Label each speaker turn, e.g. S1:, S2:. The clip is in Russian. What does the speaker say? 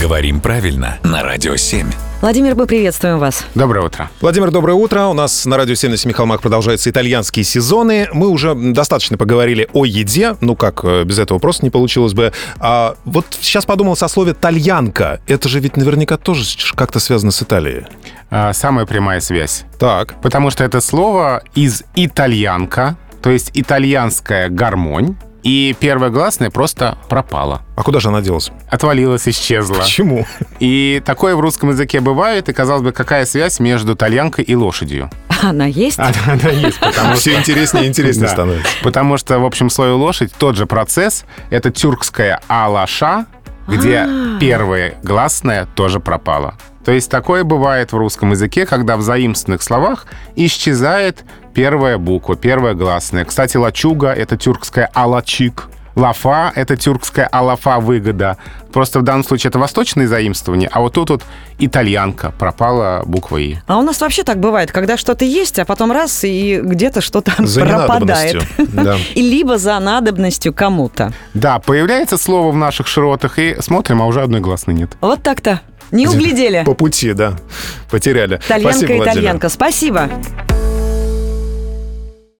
S1: Говорим правильно на Радио 7.
S2: Владимир, мы приветствуем вас.
S3: Доброе утро.
S4: Владимир, доброе утро. У нас на радио 7 на Семи холмах продолжаются итальянские сезоны. Мы уже достаточно поговорили о еде. Ну как, э, без этого просто не получилось бы. А вот сейчас подумал о слове «тальянка». Это же ведь наверняка тоже ш- как-то связано с Италией.
S3: А, Самая прямая связь.
S4: Так,
S3: Потому что это слово из итальянка, то есть итальянская гармонь, и первое гласное просто пропало.
S4: а куда же она делась?
S3: Отвалилась, исчезла.
S4: Почему?
S3: И такое в русском языке бывает, и, казалось бы, какая связь между итальянкой и лошадью?
S2: Она есть?
S4: А.
S3: Она А, она есть, потому что...
S4: Все интереснее и интереснее
S3: Да.
S4: становится.
S3: Потому что в общем слове лошадь тот же процесс. Это тюркская алаша, где первое гласное тоже пропало. То есть такое бывает в русском языке, когда в заимственных словах исчезает первая буква, первая гласная. Кстати, лачуга — это тюркская алачик. Лафа — это тюркская алафа выгода. Просто в данном случае это восточное заимствование, а вот тут вот итальянка пропала буква «и».
S2: А у нас вообще так бывает, когда что-то есть, а потом раз и где-то что-то
S4: За
S2: пропадает.
S4: ненадобностью, да.
S2: И либо за надобностью кому-то.
S3: Да, появляется слово в наших широтах, и смотрим, а уже одной гласной нет.
S2: Вот так-то. Не углядели.
S4: По пути, да. Потеряли.
S2: Итальянка,
S4: Спасибо, Владимир.
S2: итальянка. Спасибо.